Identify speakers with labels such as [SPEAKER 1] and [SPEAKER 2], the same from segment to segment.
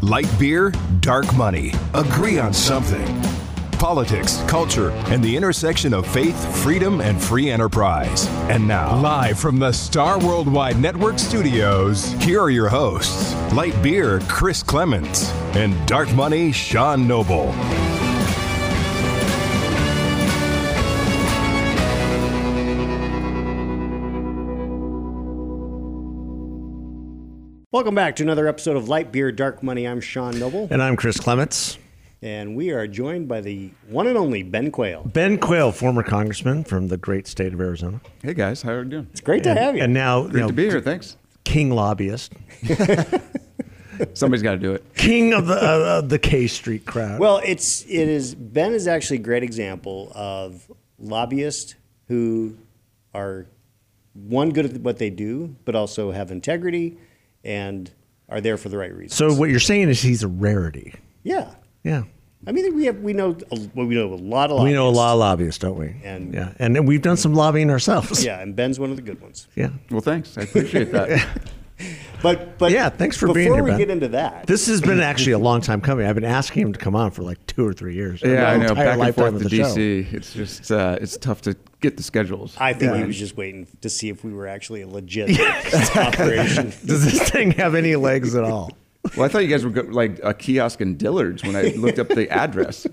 [SPEAKER 1] Light beer, dark money. Agree on something. Politics, culture, and the intersection of faith, freedom, and free enterprise. And now,
[SPEAKER 2] Live from the Star Worldwide Network studios,
[SPEAKER 1] here are your hosts Light Beer, Chris Clements, and Dark Money, Sean Noble.
[SPEAKER 3] Welcome back to another episode of Light Beer Dark Money. I'm Sean Noble,
[SPEAKER 4] And I'm Chris Clements.
[SPEAKER 3] and we are joined by the one and only Ben Quayle.
[SPEAKER 4] Ben Quayle, former congressman from the great state of Arizona.
[SPEAKER 5] Hey guys, how are you doing?
[SPEAKER 3] It's great to
[SPEAKER 4] and,
[SPEAKER 3] have you.
[SPEAKER 4] And now, you
[SPEAKER 5] Great
[SPEAKER 4] know,
[SPEAKER 5] to be here. Thanks.
[SPEAKER 4] king lobbyist,
[SPEAKER 5] Somebody's got to do it.
[SPEAKER 4] king of the, uh, the K Street crowd.
[SPEAKER 3] well, it's it is Ben is actually a great example of lobbyists who are one good at what they do, but also have integrity and are there for the right reasons.
[SPEAKER 4] so what you're saying is he's a rarity.
[SPEAKER 3] yeah,
[SPEAKER 4] Yeah.
[SPEAKER 3] I mean we have we know a, well, we know a lot of
[SPEAKER 4] We know a
[SPEAKER 3] lobbyists.
[SPEAKER 4] lot of lobbyists, don't we?
[SPEAKER 3] And-
[SPEAKER 4] yeah. And then we've done some lobbying ourselves.
[SPEAKER 3] Yeah, and Ben's one of the good ones.
[SPEAKER 4] Yeah.
[SPEAKER 5] Well, thanks. I appreciate that.
[SPEAKER 3] But but
[SPEAKER 4] Yeah, thanks for
[SPEAKER 3] before
[SPEAKER 4] being here,
[SPEAKER 3] we
[SPEAKER 4] Ben.
[SPEAKER 3] get into that,
[SPEAKER 4] This has been actually a long time coming. I've been asking him to come on for like two or three years.
[SPEAKER 5] yeah,
[SPEAKER 4] My
[SPEAKER 5] I know.
[SPEAKER 4] entire
[SPEAKER 5] Back and
[SPEAKER 4] lifetime
[SPEAKER 5] forth
[SPEAKER 4] of
[SPEAKER 5] to
[SPEAKER 4] the show.
[SPEAKER 5] DC. It's just uh, it's tough to get the schedules.
[SPEAKER 3] I think he was just waiting to see if we were actually a legit operation.
[SPEAKER 4] Does this thing have any legs at all?
[SPEAKER 5] well, I thought you guys were go- like a kiosk in Dillard's when I looked up the address.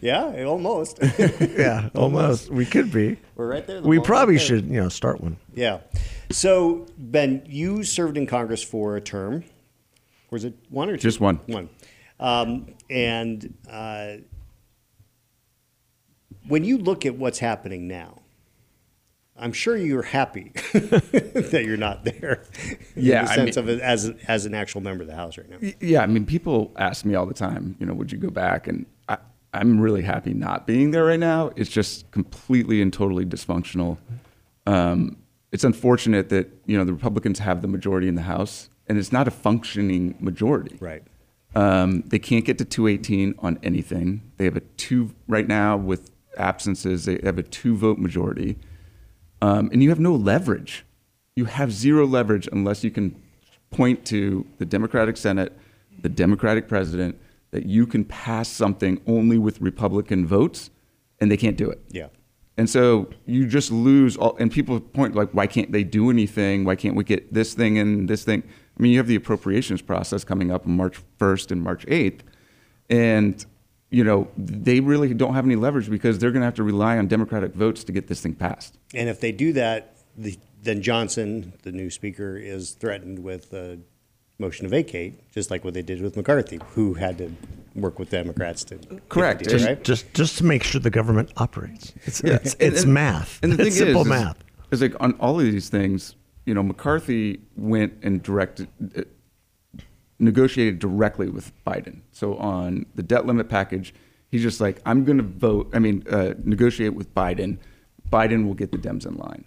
[SPEAKER 3] Yeah, almost.
[SPEAKER 4] Yeah, almost. We could be.
[SPEAKER 3] We're right there. The
[SPEAKER 4] We
[SPEAKER 3] ball's
[SPEAKER 4] probably
[SPEAKER 3] right there.
[SPEAKER 4] should, you know, start one.
[SPEAKER 3] Yeah. So Ben, you served in Congress for a term, or is it one or two?
[SPEAKER 5] Just one.
[SPEAKER 3] One. Um, and uh, when you look at what's happening now, I'm sure you're happy that you're not there.
[SPEAKER 5] Yeah,
[SPEAKER 3] In the
[SPEAKER 5] I
[SPEAKER 3] sense
[SPEAKER 5] mean-
[SPEAKER 3] of it as as an actual member of the House right now.
[SPEAKER 5] yeah, I mean, people ask me all the time, you know, would you go back? And I, I'm really happy not being there right now. It's just completely and totally dysfunctional. Um, it's unfortunate that you know the Republicans have the majority in the House, and it's not a functioning majority.
[SPEAKER 3] Right.
[SPEAKER 5] Um, they can't get to 218 on anything. They have a two right now with absences. They have a two-vote majority, um, and you have no leverage. You have zero leverage unless you can point to the Democratic Senate, the Democratic president, that you can pass something only with Republican votes, and they can't do it.
[SPEAKER 3] Yeah.
[SPEAKER 5] And so you just lose all, and people point like, why can't they do anything? Why can't we get this thing and this thing? I mean, you have the appropriations process coming up on March 1st and March 8th. And, you know, they really don't have any leverage because they're going to have to rely on Democratic votes to get this thing passed.
[SPEAKER 3] And if they do that, the, then Johnson, the new speaker, is threatened with a motion to vacate, just like what they did with McCarthy, who had to work with Democrats to get the
[SPEAKER 5] Correct.
[SPEAKER 3] deal,
[SPEAKER 5] Just-
[SPEAKER 3] right?
[SPEAKER 4] Just just to make sure the government operates. It's it's,
[SPEAKER 5] And-
[SPEAKER 4] it's
[SPEAKER 5] and-
[SPEAKER 4] math.
[SPEAKER 5] And the
[SPEAKER 4] it's
[SPEAKER 5] thing
[SPEAKER 4] simple
[SPEAKER 5] is,
[SPEAKER 4] math.
[SPEAKER 5] Is, is like on all of these things, you know, McCarthy went and directed, uh, negotiated directly with Biden. So on the debt limit package, he's just like, I'm going to vote. I mean, uh, negotiate with Biden. Biden will get the Dems in line,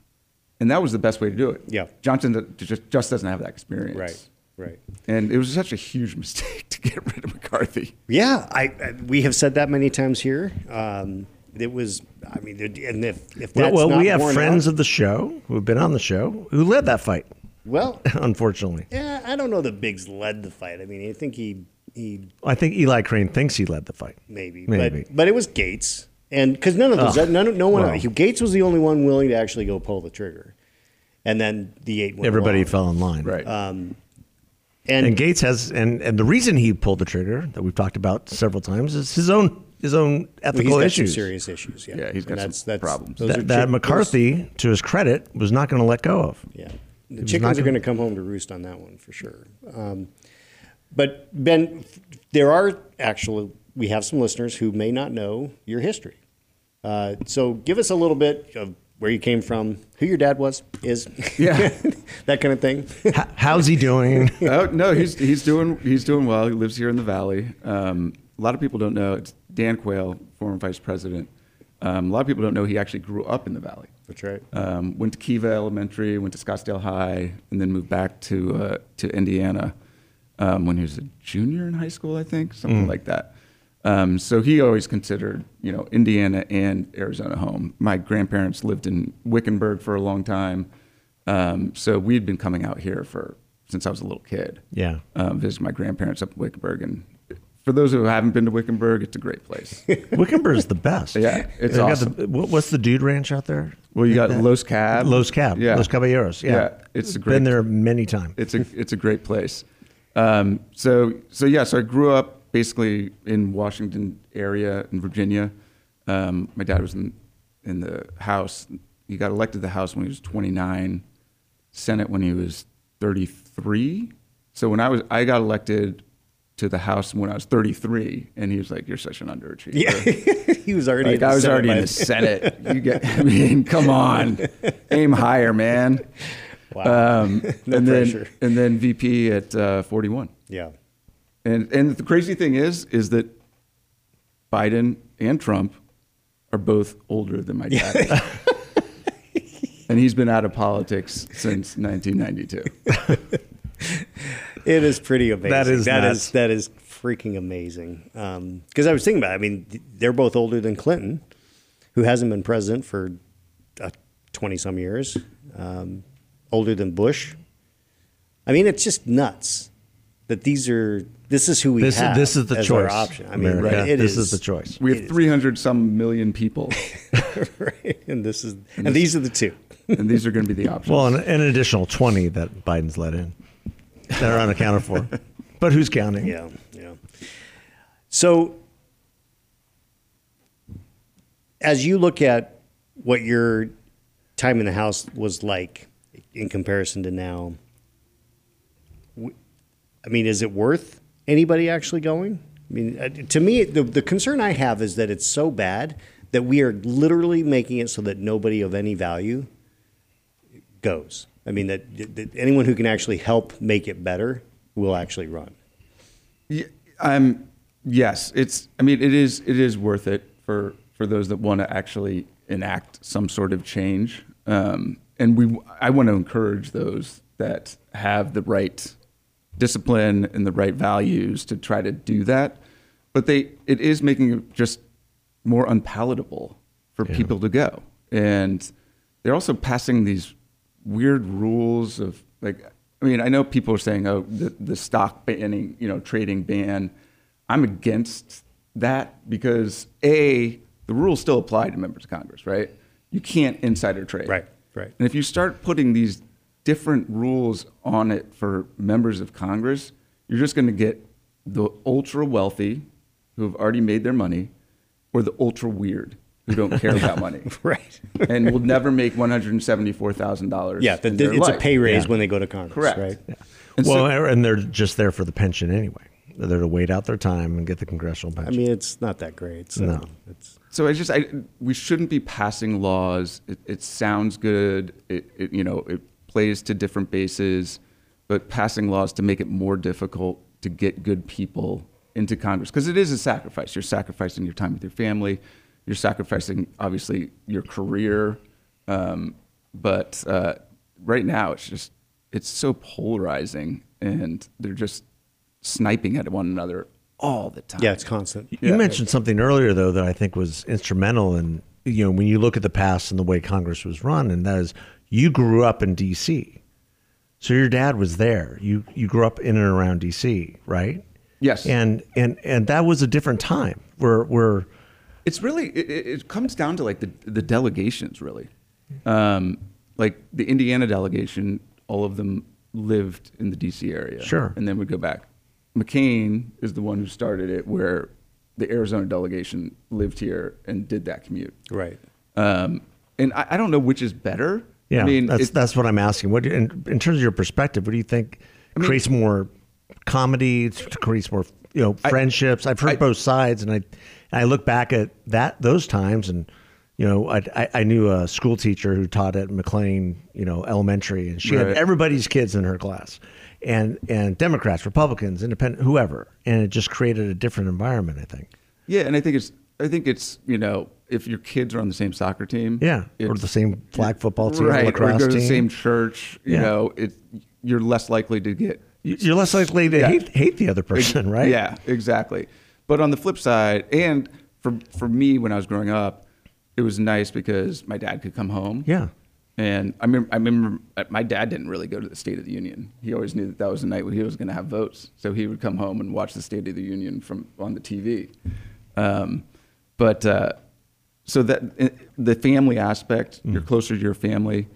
[SPEAKER 5] and that was the best way to do it.
[SPEAKER 3] Yeah.
[SPEAKER 5] Johnson d- just just doesn't have that experience.
[SPEAKER 3] Right, right.
[SPEAKER 5] And it was such a huge mistake to get rid of McCarthy.
[SPEAKER 3] Yeah, I, I we have said that many times here. Um, it was, I mean, and if if
[SPEAKER 4] Well,
[SPEAKER 3] that's
[SPEAKER 4] well
[SPEAKER 3] not
[SPEAKER 4] we have
[SPEAKER 3] worn
[SPEAKER 4] friends
[SPEAKER 3] out-
[SPEAKER 4] of the show who have been on the show who led that fight,
[SPEAKER 3] well,
[SPEAKER 4] unfortunately.
[SPEAKER 3] yeah, I don't know that Biggs led the fight. I mean, I think he he
[SPEAKER 4] I think Eli Crane thinks he led the fight.
[SPEAKER 3] maybe,
[SPEAKER 4] Maybe.
[SPEAKER 3] but but it was Gates, and because none of those,
[SPEAKER 4] Ugh,
[SPEAKER 3] none, no one,
[SPEAKER 4] well.
[SPEAKER 3] Gates was the only one willing to actually go pull the trigger, and then the eight went
[SPEAKER 4] Everybody
[SPEAKER 3] along.
[SPEAKER 4] fell in line.
[SPEAKER 3] Uh, and,
[SPEAKER 4] And Gates has and, and the reason he pulled the trigger that we've talked about several times is his own his own
[SPEAKER 3] well,
[SPEAKER 4] ethical
[SPEAKER 3] he's got
[SPEAKER 4] issues.
[SPEAKER 3] some serious issues. Yeah,
[SPEAKER 5] Yeah, he's
[SPEAKER 3] And
[SPEAKER 5] got some problems.
[SPEAKER 3] those are
[SPEAKER 4] that, that
[SPEAKER 3] chick-
[SPEAKER 4] McCarthy, to his credit, was not going to let go of.
[SPEAKER 3] those- yeah,
[SPEAKER 4] He
[SPEAKER 3] the
[SPEAKER 4] was
[SPEAKER 3] chickens
[SPEAKER 4] not
[SPEAKER 3] are
[SPEAKER 4] gonna-
[SPEAKER 3] going to come home to roost on that one for sure. Um, but Ben, f- there are actually we have some listeners who may not know your history. Uh, so give us a little bit of where you came from, who your dad was, is
[SPEAKER 5] Yeah.
[SPEAKER 3] that kind of thing.
[SPEAKER 4] H- how's he doing?
[SPEAKER 5] oh no, he's he's doing he's doing well. He lives here in the valley. Um, a lot of people don't know it's Dan Quayle, former vice president. Um, a lot of people don't know he actually grew up in the valley.
[SPEAKER 3] That's right.
[SPEAKER 5] Um, went to Kiva Elementary, went to Scottsdale High, and then moved back to uh, to Indiana um, when he was a junior in high school, I think,
[SPEAKER 3] Mm.
[SPEAKER 5] something like that. Um, so he always considered, you know, Indiana and Arizona home. My grandparents lived in Wickenburg for a long time, um, so we had been coming out here for since I was a little kid.
[SPEAKER 4] Yeah.
[SPEAKER 5] Um, visited my grandparents up in Wickenburg. And for those who haven't been to Wickenburg, it's a great place.
[SPEAKER 4] Wickenburg's the best.
[SPEAKER 5] Yeah, it's
[SPEAKER 4] They got
[SPEAKER 5] awesome.
[SPEAKER 4] the- what, what's the dude ranch out there?
[SPEAKER 5] Well, you got
[SPEAKER 4] That-
[SPEAKER 5] Los Cab.
[SPEAKER 4] Los Cab.
[SPEAKER 5] Yeah.
[SPEAKER 4] Los Caballeros. Yeah.
[SPEAKER 5] Yeah, it's a great-
[SPEAKER 4] Been there many times.
[SPEAKER 5] it's a it's a great place. Um, so so yeah, so I grew up basically in Washington area in Virginia. Um, my dad was in in the House. He got elected to the House when he was 29, Senate when he was 33. So when I was I got elected to the House when I was 33, and he was like, "You're such an underachiever."
[SPEAKER 3] Yeah. he was already.
[SPEAKER 5] Like,
[SPEAKER 3] in the
[SPEAKER 5] I was
[SPEAKER 3] Senate
[SPEAKER 5] already
[SPEAKER 3] by
[SPEAKER 5] in the Senate. You get, I mean, come on, aim higher, man.
[SPEAKER 3] Wow.
[SPEAKER 5] Um,
[SPEAKER 3] No
[SPEAKER 5] and
[SPEAKER 3] pressure.
[SPEAKER 5] Then, and then VP at uh, 41.
[SPEAKER 3] Yeah.
[SPEAKER 5] And and the crazy thing is, is that Biden and Trump are both older than my dad. and he's been out of politics since 1992.
[SPEAKER 3] It is pretty amazing.
[SPEAKER 4] That is
[SPEAKER 3] that
[SPEAKER 4] nuts.
[SPEAKER 3] is that is freaking amazing. Because I was thinking about. it. I mean, th- they're both older than Clinton, who hasn't been president for twenty some years. Um, older than Bush. I mean, it's just nuts that these are. This is who we
[SPEAKER 4] This is-
[SPEAKER 3] have.
[SPEAKER 4] this is the
[SPEAKER 3] as our
[SPEAKER 4] choice,
[SPEAKER 3] option. I mean,
[SPEAKER 4] America.
[SPEAKER 3] it
[SPEAKER 4] This is the choice.
[SPEAKER 5] We have 300 some million people,
[SPEAKER 3] right? And this is and these are the two.
[SPEAKER 5] and these are going to be the options.
[SPEAKER 4] Well, an, an additional 20 that Biden's let in that are unaccounted for. But who's counting?
[SPEAKER 3] Yeah, yeah. So, as you look at what your time in the house was like in comparison to now, w- I mean, is it worth anybody actually going? I mean, uh, to me, the, the concern I have is that it's so bad that we are literally making it so that nobody of any value goes. I mean, that, that anyone who can actually help make it better will actually run.
[SPEAKER 5] Y- I'm um, yes, it's I mean it is it is worth it for for those that want to actually enact some sort of change. Um, and we I want to encourage those that have the right discipline and the right values to try to do that. But they it is making it just more unpalatable for people to go. And they're also passing these weird rules of like I mean, I know people are saying, oh, the, the stock banning, you know, trading ban. I'm against that because A, the rules still apply to members of Congress, right? You can't insider trade.
[SPEAKER 3] Right, right.
[SPEAKER 5] And if you start putting these different rules on it for members of Congress, you're just going to get the ultra wealthy who have already made their money or the ultra weird who don't care about money.
[SPEAKER 3] Right.
[SPEAKER 5] and will never make $174,000.
[SPEAKER 3] Yeah, the,
[SPEAKER 5] in their
[SPEAKER 3] it's a
[SPEAKER 5] life.
[SPEAKER 3] pay raise
[SPEAKER 4] Yeah.
[SPEAKER 3] when they go to Congress,
[SPEAKER 5] Correct.
[SPEAKER 3] right?
[SPEAKER 5] And so-
[SPEAKER 4] well, and they're just there for the pension anyway. They're there to wait out their time and get the congressional
[SPEAKER 3] I
[SPEAKER 4] pension.
[SPEAKER 3] mean, it's not that great. So
[SPEAKER 4] No.
[SPEAKER 3] It's,
[SPEAKER 5] So I just I, we shouldn't be passing laws. It, it sounds good. It, it you know it plays to different bases, but passing laws to make it more difficult to get good people into Congress because it is a sacrifice. You're sacrificing your time with your family. You're sacrificing obviously your career. Um, but uh, right now it's just it's so polarizing, and they're just sniping at one another all the time.
[SPEAKER 3] yeah, it's constant.
[SPEAKER 4] You mentioned something earlier though that I think was instrumental in you know when you look at the past and the way Congress was run, and that is you grew up in D.C., so your dad was there. You you grew up in and around D.C., right?
[SPEAKER 5] Yes.
[SPEAKER 4] And and and that was a different time where where
[SPEAKER 5] It's really it, it it comes down to like the the delegations really, um, like the Indiana delegation. All of them lived in the D.C. area.
[SPEAKER 4] Sure.
[SPEAKER 5] and then we go back. McCain is the one who started it, where the Arizona delegation lived here and did that commute.
[SPEAKER 3] Right.
[SPEAKER 5] Um, and I, I don't know which is better.
[SPEAKER 4] yeah,
[SPEAKER 5] I mean,
[SPEAKER 4] that's
[SPEAKER 5] it-
[SPEAKER 4] that's what I'm asking. What do you- in, in terms of your perspective, what do you think creates more comedy? t- Creates more you know friendships. I've heard
[SPEAKER 5] I-
[SPEAKER 4] both sides, and I and I look back at that those times, and you know I I, I knew a school teacher who taught at McLean you know elementary, and she had
[SPEAKER 5] Right.
[SPEAKER 4] everybody's kids in her class, and and Democrats, Republicans, Independent, whoever, and it just created a different environment. I think.
[SPEAKER 5] yeah, and I think it's I think it's you know if your kids are on the same soccer team,
[SPEAKER 4] Yeah, or
[SPEAKER 5] it's-
[SPEAKER 4] the same flag football team,
[SPEAKER 5] right, or
[SPEAKER 4] lacrosse
[SPEAKER 5] go to the
[SPEAKER 4] team.
[SPEAKER 5] same church, you
[SPEAKER 4] Yeah.
[SPEAKER 5] know, it you're less likely to get
[SPEAKER 4] You- You're less likely to
[SPEAKER 5] Yeah.
[SPEAKER 4] hate, hate the other person, right?
[SPEAKER 5] Yeah, exactly. But on the flip side, and for for me when I was growing up, it was nice because my dad could come home.
[SPEAKER 4] Yeah.
[SPEAKER 5] And I remember, I remember uh, my dad didn't really go to the State of the Union. He always knew that that was the night when he was going to have votes. So he would come home and watch the State of the Union from on the TV. Um, but uh, so that uh, the family aspect, you're closer to your family.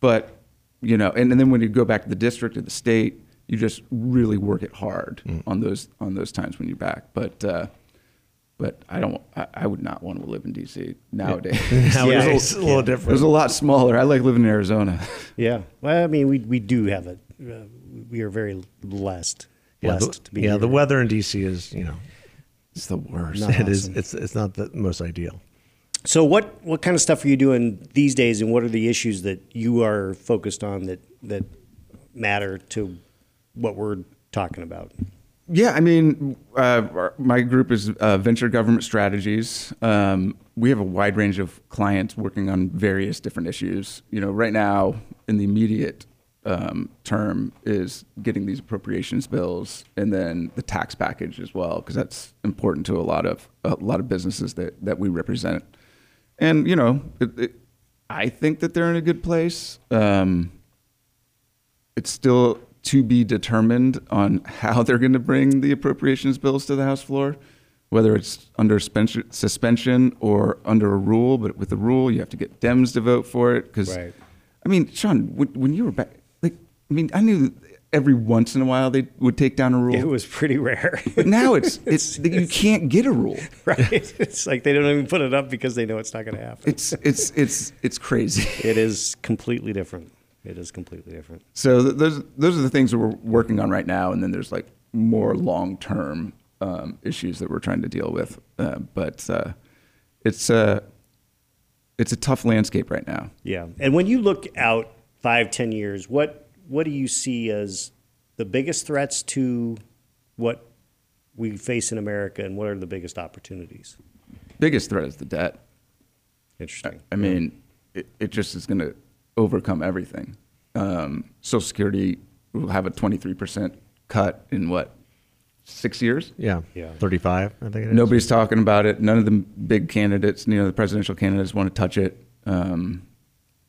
[SPEAKER 5] But you know, and, and then when you go back to the district or the state, you just really work it hard on those on those times when you're back. But uh, but I don't. I, I would not want to live in DC nowadays.
[SPEAKER 4] Nowadays, a little
[SPEAKER 5] It was
[SPEAKER 4] different.
[SPEAKER 5] a lot smaller. I like living in Arizona.
[SPEAKER 3] Yeah. Well, I mean, we we do have it. Uh, we are very blessed
[SPEAKER 4] yeah,
[SPEAKER 3] blessed
[SPEAKER 4] the,
[SPEAKER 3] to be
[SPEAKER 4] yeah,
[SPEAKER 3] here.
[SPEAKER 4] the weather in DC is you know
[SPEAKER 5] It's the worst.
[SPEAKER 3] Not
[SPEAKER 4] it is
[SPEAKER 3] awesome.
[SPEAKER 4] it's it's not the most ideal.
[SPEAKER 3] So what what kind of stuff are you doing these days, and what are the issues that you are focused on that that matter to what we're talking about?
[SPEAKER 5] Yeah, I mean, uh, our- my group is uh, Venture Government Strategies. Um, we have a wide range of clients working on various different issues. You know, right now in the immediate um, term is getting these appropriations bills and then the tax package as well, because that's important to a lot of a lot of businesses that that we represent. And you know, it, it, I think that they're in a good place. Um, it's still to be determined on how they're going to bring the appropriations bills to the House floor, whether it's under suspension, suspension or under a rule. But with the rule, you have to get Dems to vote for it. Because,
[SPEAKER 3] Right.
[SPEAKER 5] I mean, Sean, when, when you were back, like, I mean, I knew every once in a while they would take down a rule.
[SPEAKER 3] It was pretty rare,
[SPEAKER 5] but now it's, it's, you can't get a rule.
[SPEAKER 3] right? It's like they don't even put it up because they know it's not going to happen.
[SPEAKER 5] It's, it's, it's, it's crazy.
[SPEAKER 3] It is completely different. It is completely different.
[SPEAKER 5] So th- those those are the things that we're working on right now, and then there's like more long term um, issues that we're trying to deal with. Uh, but uh, it's a it's a tough landscape right now.
[SPEAKER 3] Yeah. And when you look out five, ten years, what what do you see as the biggest threats to what we face in America, and what are the biggest opportunities?
[SPEAKER 5] Biggest threat is the debt.
[SPEAKER 3] Interesting.
[SPEAKER 5] I mean, it, it just is going to overcome everything. Um, Social Security will have a 23% cut in what six years.
[SPEAKER 4] Yeah,
[SPEAKER 3] Yeah.
[SPEAKER 4] thirty-five. I think it is.
[SPEAKER 5] Nobody's talking about it. None of the big candidates, you know, the presidential candidates want to touch it. Um,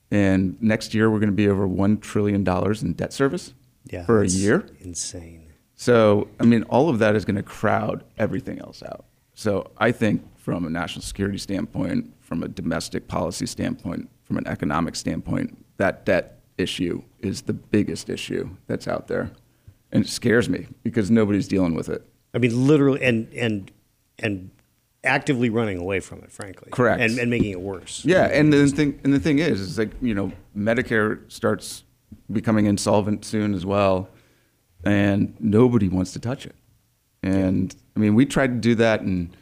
[SPEAKER 5] and next year, we're going to be over $1 trillion in debt service
[SPEAKER 3] Yeah.
[SPEAKER 5] for a
[SPEAKER 3] it's
[SPEAKER 5] year.
[SPEAKER 3] Insane.
[SPEAKER 5] So, I mean, all of that is going to crowd everything else out. So, I think from a national security standpoint, from a domestic policy standpoint, from an economic standpoint, that debt issue is the biggest issue that's out there. And it scares me because nobody's dealing with it.
[SPEAKER 3] I mean, literally, and and and actively running away from it, frankly.
[SPEAKER 5] Correct.
[SPEAKER 3] And, and making it worse.
[SPEAKER 5] Yeah, and the thing and the thing is, is like you know, Medicare starts becoming insolvent soon as well, and nobody wants to touch it. And I mean, we tried to do that in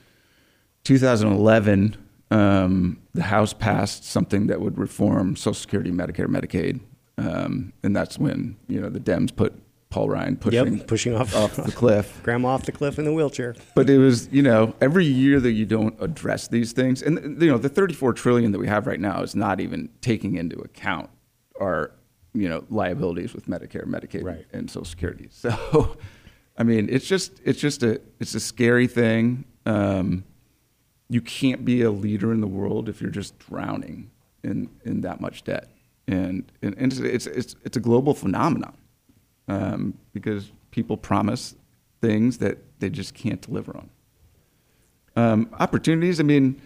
[SPEAKER 5] 2011. Um, the House passed something that would reform Social Security, Medicare, Medicaid, um, and that's when you know the Dems put Paul Ryan pushing
[SPEAKER 3] Yep. Pushing off,
[SPEAKER 5] off the cliff
[SPEAKER 3] grandma off the cliff in the wheelchair.
[SPEAKER 5] but it was you know every year that you don't address these things and you know the 34 trillion that we have right now is not even taking into account our you know liabilities with medicare medicaid
[SPEAKER 3] Right.
[SPEAKER 5] and social security so i mean it's just it's just a it's a scary thing um, you can't be a leader in the world if you're just drowning in in that much debt and and, and it's, it's it's it's a global phenomenon um, because people promise things that they just can't deliver on. Um, opportunities, I mean,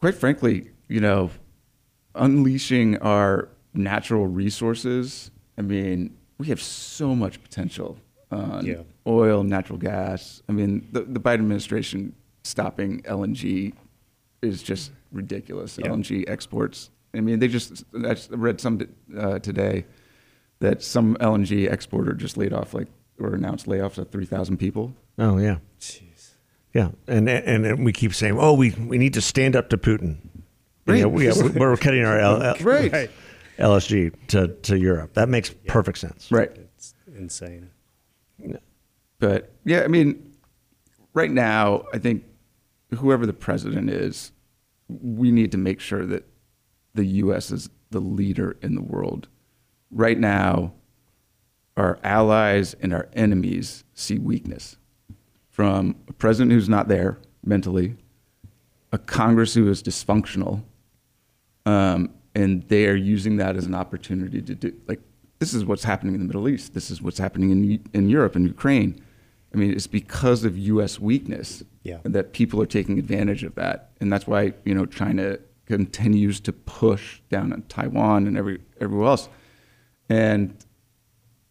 [SPEAKER 5] quite frankly, you know, unleashing our natural resources, I mean, we have so much potential on
[SPEAKER 3] Yeah.
[SPEAKER 5] oil, natural gas. I mean, the, the Biden administration stopping LNG is just ridiculous. LNG exports. I mean, they just, I just read some uh, today that some LNG exporter just laid off like, or announced layoffs of 3,000 people.
[SPEAKER 4] Oh yeah,
[SPEAKER 3] Jeez.
[SPEAKER 4] yeah. And and, and we keep saying, oh, we we need to stand up to Putin.
[SPEAKER 5] Right.
[SPEAKER 4] Yeah, we, yeah, we're cutting our L, L-
[SPEAKER 5] Right.
[SPEAKER 4] LSG to, to Europe. That makes perfect sense.
[SPEAKER 5] Right.
[SPEAKER 3] It's insane.
[SPEAKER 5] But yeah, I mean, right now, I think whoever the president is, we need to make sure that the U.S. is the leader in the world. Right now, our allies and our enemies see weakness from a president who's not there mentally, a Congress who is dysfunctional, um, and they are using that as an opportunity to do like this is what's happening in the Middle East. This is what's happening in in Europe and Ukraine. I mean, it's because of U.S. weakness
[SPEAKER 3] Yeah.
[SPEAKER 5] that people are taking advantage of that, and that's why you know China continues to push down on Taiwan and every everywhere else, and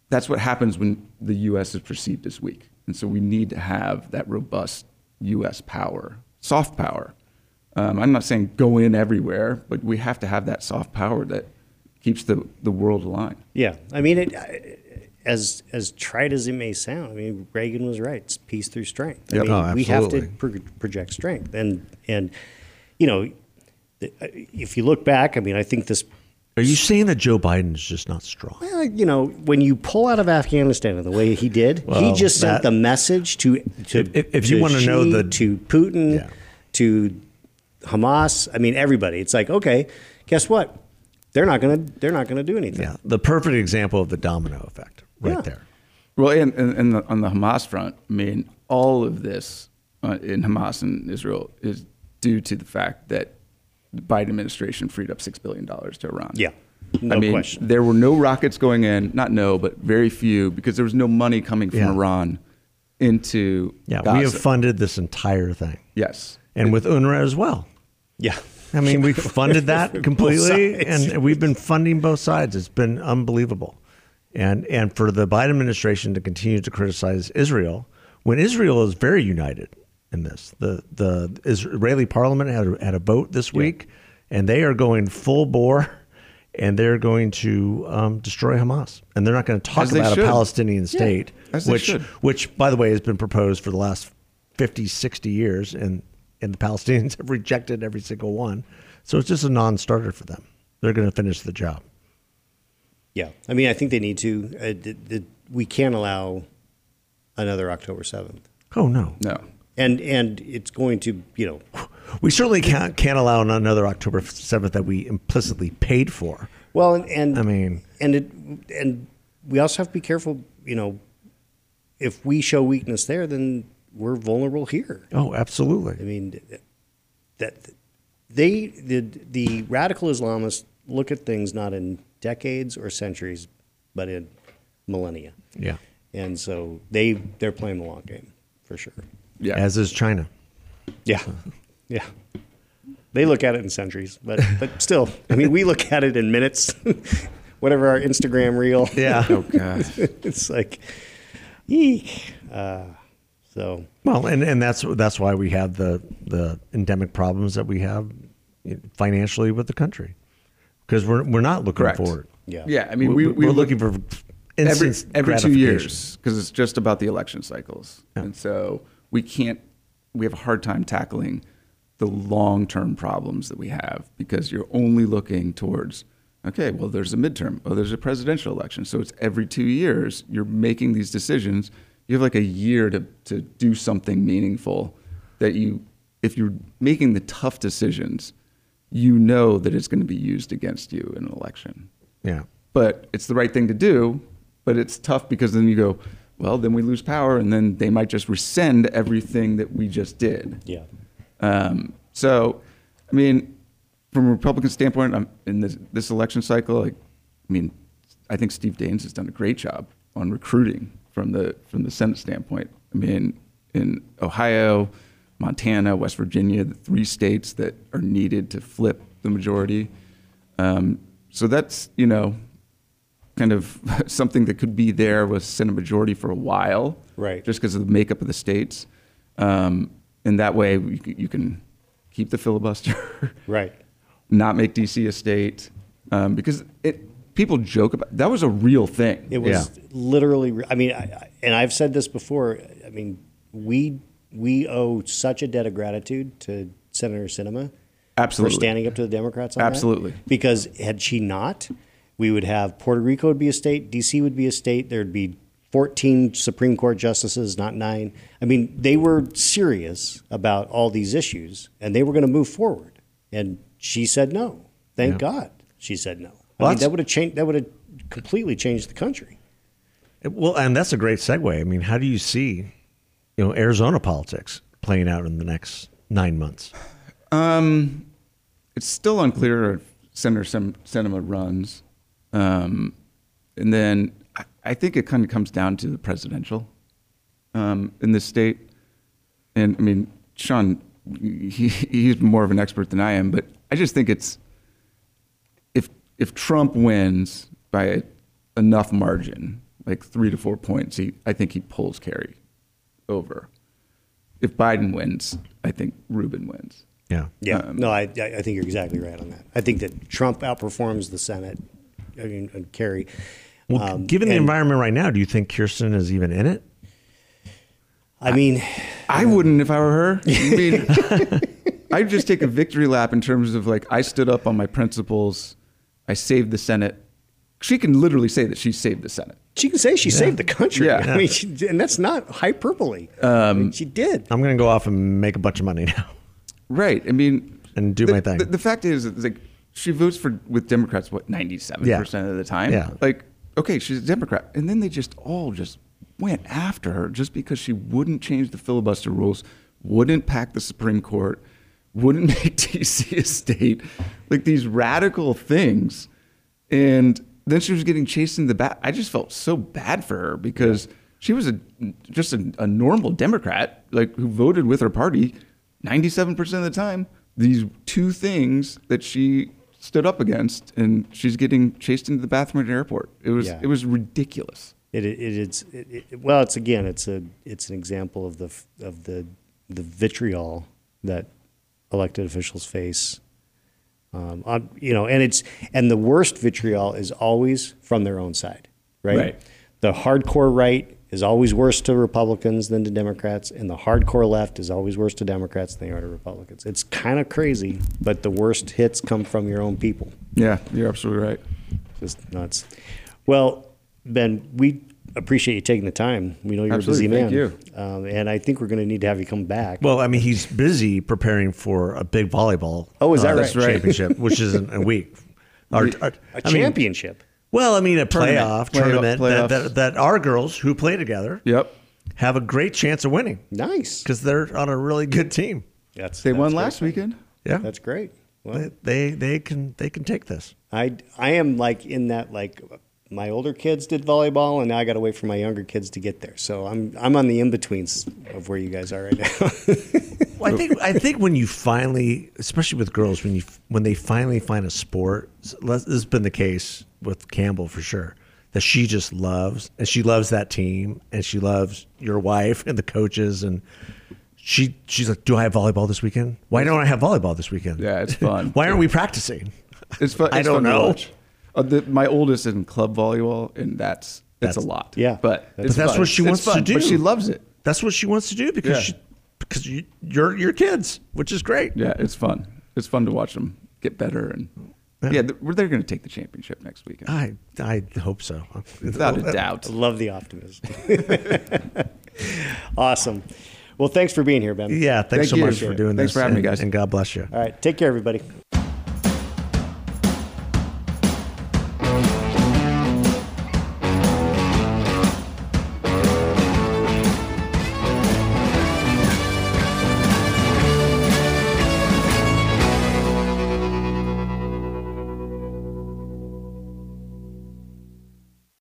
[SPEAKER 5] that's what happens when the U.S. is perceived as weak, and so we need to have that robust U.S. power, soft power. Um, I'm not saying go in everywhere, but we have to have that soft power that keeps the, the world aligned.
[SPEAKER 3] Yeah, I mean, it, I- as as trite as it may sound, I mean, Reagan was right. It's peace through strength. I
[SPEAKER 4] Yep.
[SPEAKER 3] mean,
[SPEAKER 4] Oh,
[SPEAKER 3] we have to
[SPEAKER 4] absolutely.
[SPEAKER 3] pro- project strength, and and you know, the- uh, if you look back, I mean, I think this.
[SPEAKER 4] Are you saying that Joe Biden is just not strong?
[SPEAKER 3] uh, You know, when you pull out of Afghanistan in the way he did, he
[SPEAKER 4] Well,
[SPEAKER 3] just sent
[SPEAKER 4] that-
[SPEAKER 3] the message to to
[SPEAKER 4] If- if- if you
[SPEAKER 3] to
[SPEAKER 4] wanna
[SPEAKER 3] Xi,
[SPEAKER 4] know the-
[SPEAKER 3] to Putin,
[SPEAKER 4] Yeah.
[SPEAKER 3] to Hamas. I mean, everybody. It's like, okay, guess what? They're not gonna they're not gonna do anything.
[SPEAKER 4] Yeah, the perfect example of the domino effect right
[SPEAKER 3] Yeah.
[SPEAKER 4] there.
[SPEAKER 5] Well, and, and, and the, on the Hamas front, I mean, all of this uh, in Hamas and Israel is due to the fact that the Biden administration freed up six billion dollars to Iran.
[SPEAKER 3] Yeah. No
[SPEAKER 5] I mean,
[SPEAKER 3] question.
[SPEAKER 5] there were no rockets going in, not no, but very few, because there was no money coming from
[SPEAKER 4] Yeah.
[SPEAKER 5] Iran into
[SPEAKER 4] Yeah,
[SPEAKER 5] Gaza.
[SPEAKER 4] we have funded this entire thing,
[SPEAKER 5] yes,
[SPEAKER 4] and with UNRWA as well.
[SPEAKER 3] Yeah.
[SPEAKER 4] I mean, we funded that completely,
[SPEAKER 3] sides.
[SPEAKER 4] and we've been funding both sides. It's been unbelievable, and and for the Biden administration to continue to criticize Israel when Israel is very united in this. The the Israeli Parliament had a, had a vote this week, and they are going full bore, and they're going to um, destroy Hamas, and they're not going to talk
[SPEAKER 5] As they
[SPEAKER 4] about a
[SPEAKER 5] should.
[SPEAKER 4] Palestinian state,
[SPEAKER 5] as they
[SPEAKER 4] which
[SPEAKER 5] should.
[SPEAKER 4] which by the way has been proposed for the last 50 60 years and and the palestinians have rejected every single one so it's just a non-starter for them they're going to finish the job
[SPEAKER 3] Yeah, I mean, I think they need to. Uh, th- th- we can't allow another October seventh,
[SPEAKER 4] oh no
[SPEAKER 5] no.
[SPEAKER 3] and and it's going to, you know,
[SPEAKER 4] we certainly can't can't allow another october 7th that we implicitly paid for
[SPEAKER 3] well, and, and
[SPEAKER 4] I mean-
[SPEAKER 3] and it, and we also have to be careful. You know, if we show weakness there, then we're vulnerable here.
[SPEAKER 4] oh
[SPEAKER 3] I
[SPEAKER 4] absolutely
[SPEAKER 3] mean, th- that they the the radical Islamists look at things not in decades or centuries, but in millennia,
[SPEAKER 4] yeah
[SPEAKER 3] and so they they're playing the long game for sure.
[SPEAKER 5] Yeah.
[SPEAKER 4] as is china
[SPEAKER 3] Yeah, yeah. They look at it in centuries, but but still, I mean, we look at it in minutes. Whatever our Instagram reel,
[SPEAKER 4] yeah
[SPEAKER 5] oh gosh.
[SPEAKER 3] it's like, eek. Uh, so
[SPEAKER 4] well and and that's that's why we have the the endemic problems that we have financially with the country because we're we're not looking
[SPEAKER 5] Correct.
[SPEAKER 4] forward
[SPEAKER 3] yeah,
[SPEAKER 5] Yeah, I mean,
[SPEAKER 4] we,
[SPEAKER 5] we,
[SPEAKER 4] we're,
[SPEAKER 5] look-
[SPEAKER 4] looking for
[SPEAKER 5] every
[SPEAKER 4] instant
[SPEAKER 5] every two
[SPEAKER 4] gratification.
[SPEAKER 5] years because it's just about the election cycles, and so we can't. We have a hard time tackling the long term problems that we have because you're only looking towards. Okay, well, there's a midterm. Oh, there's a presidential election. So it's every two years you're making these decisions. You have like a year to, to do something meaningful that you, if you're making the tough decisions, you know that it's going to be used against you in an election
[SPEAKER 4] Yeah.
[SPEAKER 5] but it's the right thing to do. But it's tough because then you go, well, then we lose power, and then they might just rescind everything that we just did.
[SPEAKER 3] yeah,
[SPEAKER 5] Um, so, I mean, from a Republican standpoint, I'm, in this, this election cycle, like, I mean, I think Steve Daines has done a great job on recruiting from the from the Senate standpoint. I mean, in Ohio, Montana, West Virginia, the three states that are needed to flip the majority. Um, so that's you know, kind of something that could be there with Senate majority for a while,
[SPEAKER 3] Right.
[SPEAKER 5] Just because of the makeup of the states, um, and that way you, c- you can keep the filibuster,
[SPEAKER 3] right.
[SPEAKER 5] not make DC a state, um, because it people joke about that was a real thing.
[SPEAKER 3] It was literally. I mean, I, I, and I've said this before. I mean, we we owe such a debt of gratitude to Senator Cinema.
[SPEAKER 5] Absolutely.
[SPEAKER 3] for standing up to the Democrats. On that.
[SPEAKER 5] Absolutely.
[SPEAKER 3] because had she not, we would have Puerto Rico would be a state, DC would be a state. There'd be fourteen Supreme Court justices, not nine. I mean, they were serious about all these issues, and they were going to move forward. And she said no. Thank God, she said no. I
[SPEAKER 4] Well,
[SPEAKER 3] mean,
[SPEAKER 4] that's-
[SPEAKER 3] that would have changed. That would have completely changed the country.
[SPEAKER 4] Well, and that's a great segue. I mean, how do you see, you know, Arizona politics playing out in the next nine months?
[SPEAKER 5] Um, it's still unclear if Senator Sem- Sinema runs, um, and then I, I think it kind of comes down to the presidential um, in this state. And I mean, Sean, he, he's more of an expert than I am, but I just think it's if if Trump wins by enough margin, like three to four points, he I think he pulls Kerry over. If Biden wins, I think Rubin wins.
[SPEAKER 4] Yeah.
[SPEAKER 3] Yeah, Um, no, I, I I think you're exactly right on that. I think that Trump outperforms the Senate. I mean, and Kerry.
[SPEAKER 4] Well,
[SPEAKER 3] Um,
[SPEAKER 4] given the
[SPEAKER 3] and-
[SPEAKER 4] environment right now, do you think Kirsten is even in it?
[SPEAKER 3] I mean,
[SPEAKER 5] I wouldn't if I were her. I mean, I'd just take a victory lap in terms of like I stood up on my principles, I saved the Senate. She can literally say that she saved the Senate.
[SPEAKER 3] she can say she saved the country.
[SPEAKER 5] Yeah. Um,
[SPEAKER 3] I mean, she, did- and that's not hyperbole. I mean, she did.
[SPEAKER 4] I'm going to go off and make a bunch of money now.
[SPEAKER 5] Right. I mean,
[SPEAKER 4] And do
[SPEAKER 5] the,
[SPEAKER 4] my thing.
[SPEAKER 5] The, the fact is, it's like she votes for with Democrats what ninety seven percent of the time.
[SPEAKER 4] Yeah.
[SPEAKER 5] Like, okay, she's a Democrat, and then they just all just went after her just because she wouldn't change the filibuster rules, wouldn't pack the Supreme Court, wouldn't make DC a state, like these radical things, and then she was getting chased in the back. I just felt so bad for her because. She was a, just a, a normal Democrat, like who voted with her party, 97% of the time, these two things that she stood up against and she's getting chased into the bathroom at an airport. It was
[SPEAKER 3] Yeah.
[SPEAKER 5] it was ridiculous.
[SPEAKER 3] It, it, it's it, it, well, it's again, it's a it's an example of the f- of the the vitriol that elected officials face. Um, on, you know, and it's and the worst vitriol is always from their own side, right?
[SPEAKER 5] Right.
[SPEAKER 3] The hardcore right is always worse to Republicans than to Democrats, and the hardcore left is always worse to Democrats than they are to Republicans. It's kind of crazy, but the worst hits come from your own people.
[SPEAKER 5] Yeah, you're absolutely right.
[SPEAKER 3] Just nuts. Well, Ben, we appreciate you taking the time. We know you're
[SPEAKER 5] Absolutely.
[SPEAKER 3] a busy man.
[SPEAKER 5] Thank
[SPEAKER 3] Um, and I think we're going to need to have you come back.
[SPEAKER 4] Well, I mean, he's busy preparing for a big volleyball. uh,
[SPEAKER 3] Oh, is that right?
[SPEAKER 5] That's right.
[SPEAKER 4] Championship, which is in a week. Our, our-
[SPEAKER 3] a
[SPEAKER 4] I mean,
[SPEAKER 3] championship.
[SPEAKER 4] well, I mean, a
[SPEAKER 5] Tournament.
[SPEAKER 4] playoff
[SPEAKER 5] Playoff-
[SPEAKER 4] tournament that,
[SPEAKER 5] playoffs.
[SPEAKER 4] that, that our girls who play together
[SPEAKER 5] Yep.
[SPEAKER 4] have a great chance of winning
[SPEAKER 3] nice.
[SPEAKER 4] because they're on a really good team.
[SPEAKER 3] That's,
[SPEAKER 5] They won
[SPEAKER 3] that's
[SPEAKER 5] last
[SPEAKER 3] great.
[SPEAKER 5] weekend.
[SPEAKER 4] Yeah,
[SPEAKER 3] That's great. Well,
[SPEAKER 4] they, they they can they can take this.
[SPEAKER 3] I, I am like in that, like my older kids did volleyball and now I got to wait for my younger kids to get there. So I'm, I'm on the in-betweens of where you guys are right now.
[SPEAKER 4] Well, I think I think when you finally, especially with girls, when you when they finally find a sport, s- this has been the case with Campbell for sure. That she just loves, and she loves that team, and she loves your wife and the coaches, and she she's like, "Do I have volleyball this weekend? Why don't I have volleyball this weekend?
[SPEAKER 5] Yeah, it's fun.
[SPEAKER 4] Why aren't we practicing?
[SPEAKER 5] It's fun.
[SPEAKER 4] I
[SPEAKER 5] it's
[SPEAKER 4] don't
[SPEAKER 5] fun to
[SPEAKER 4] know.
[SPEAKER 5] watch. Uh, the, my oldest is in club volleyball, and that's it's a
[SPEAKER 4] That's-
[SPEAKER 5] lot.
[SPEAKER 3] Yeah.
[SPEAKER 5] but
[SPEAKER 3] But
[SPEAKER 5] it's
[SPEAKER 4] that's
[SPEAKER 5] fun.
[SPEAKER 4] what she
[SPEAKER 5] It's
[SPEAKER 4] wants to
[SPEAKER 5] fun,
[SPEAKER 4] do.
[SPEAKER 5] But she loves it.
[SPEAKER 4] That's what she wants to do because
[SPEAKER 5] Yeah.
[SPEAKER 4] she because you, you're your kids, which is great.
[SPEAKER 5] Yeah, it's fun. It's fun to watch them get better and yeah, th- they're going to take the championship next weekend.
[SPEAKER 4] I I hope so.
[SPEAKER 5] Without a doubt.
[SPEAKER 3] Love the optimism. awesome. Well, thanks for being here, Ben.
[SPEAKER 4] Yeah, thanks
[SPEAKER 5] Thank
[SPEAKER 4] so
[SPEAKER 5] you.
[SPEAKER 4] much for doing this.
[SPEAKER 5] Thanks for having me,
[SPEAKER 4] and-
[SPEAKER 5] guys.
[SPEAKER 4] and God bless you.
[SPEAKER 3] All right. Take care, everybody.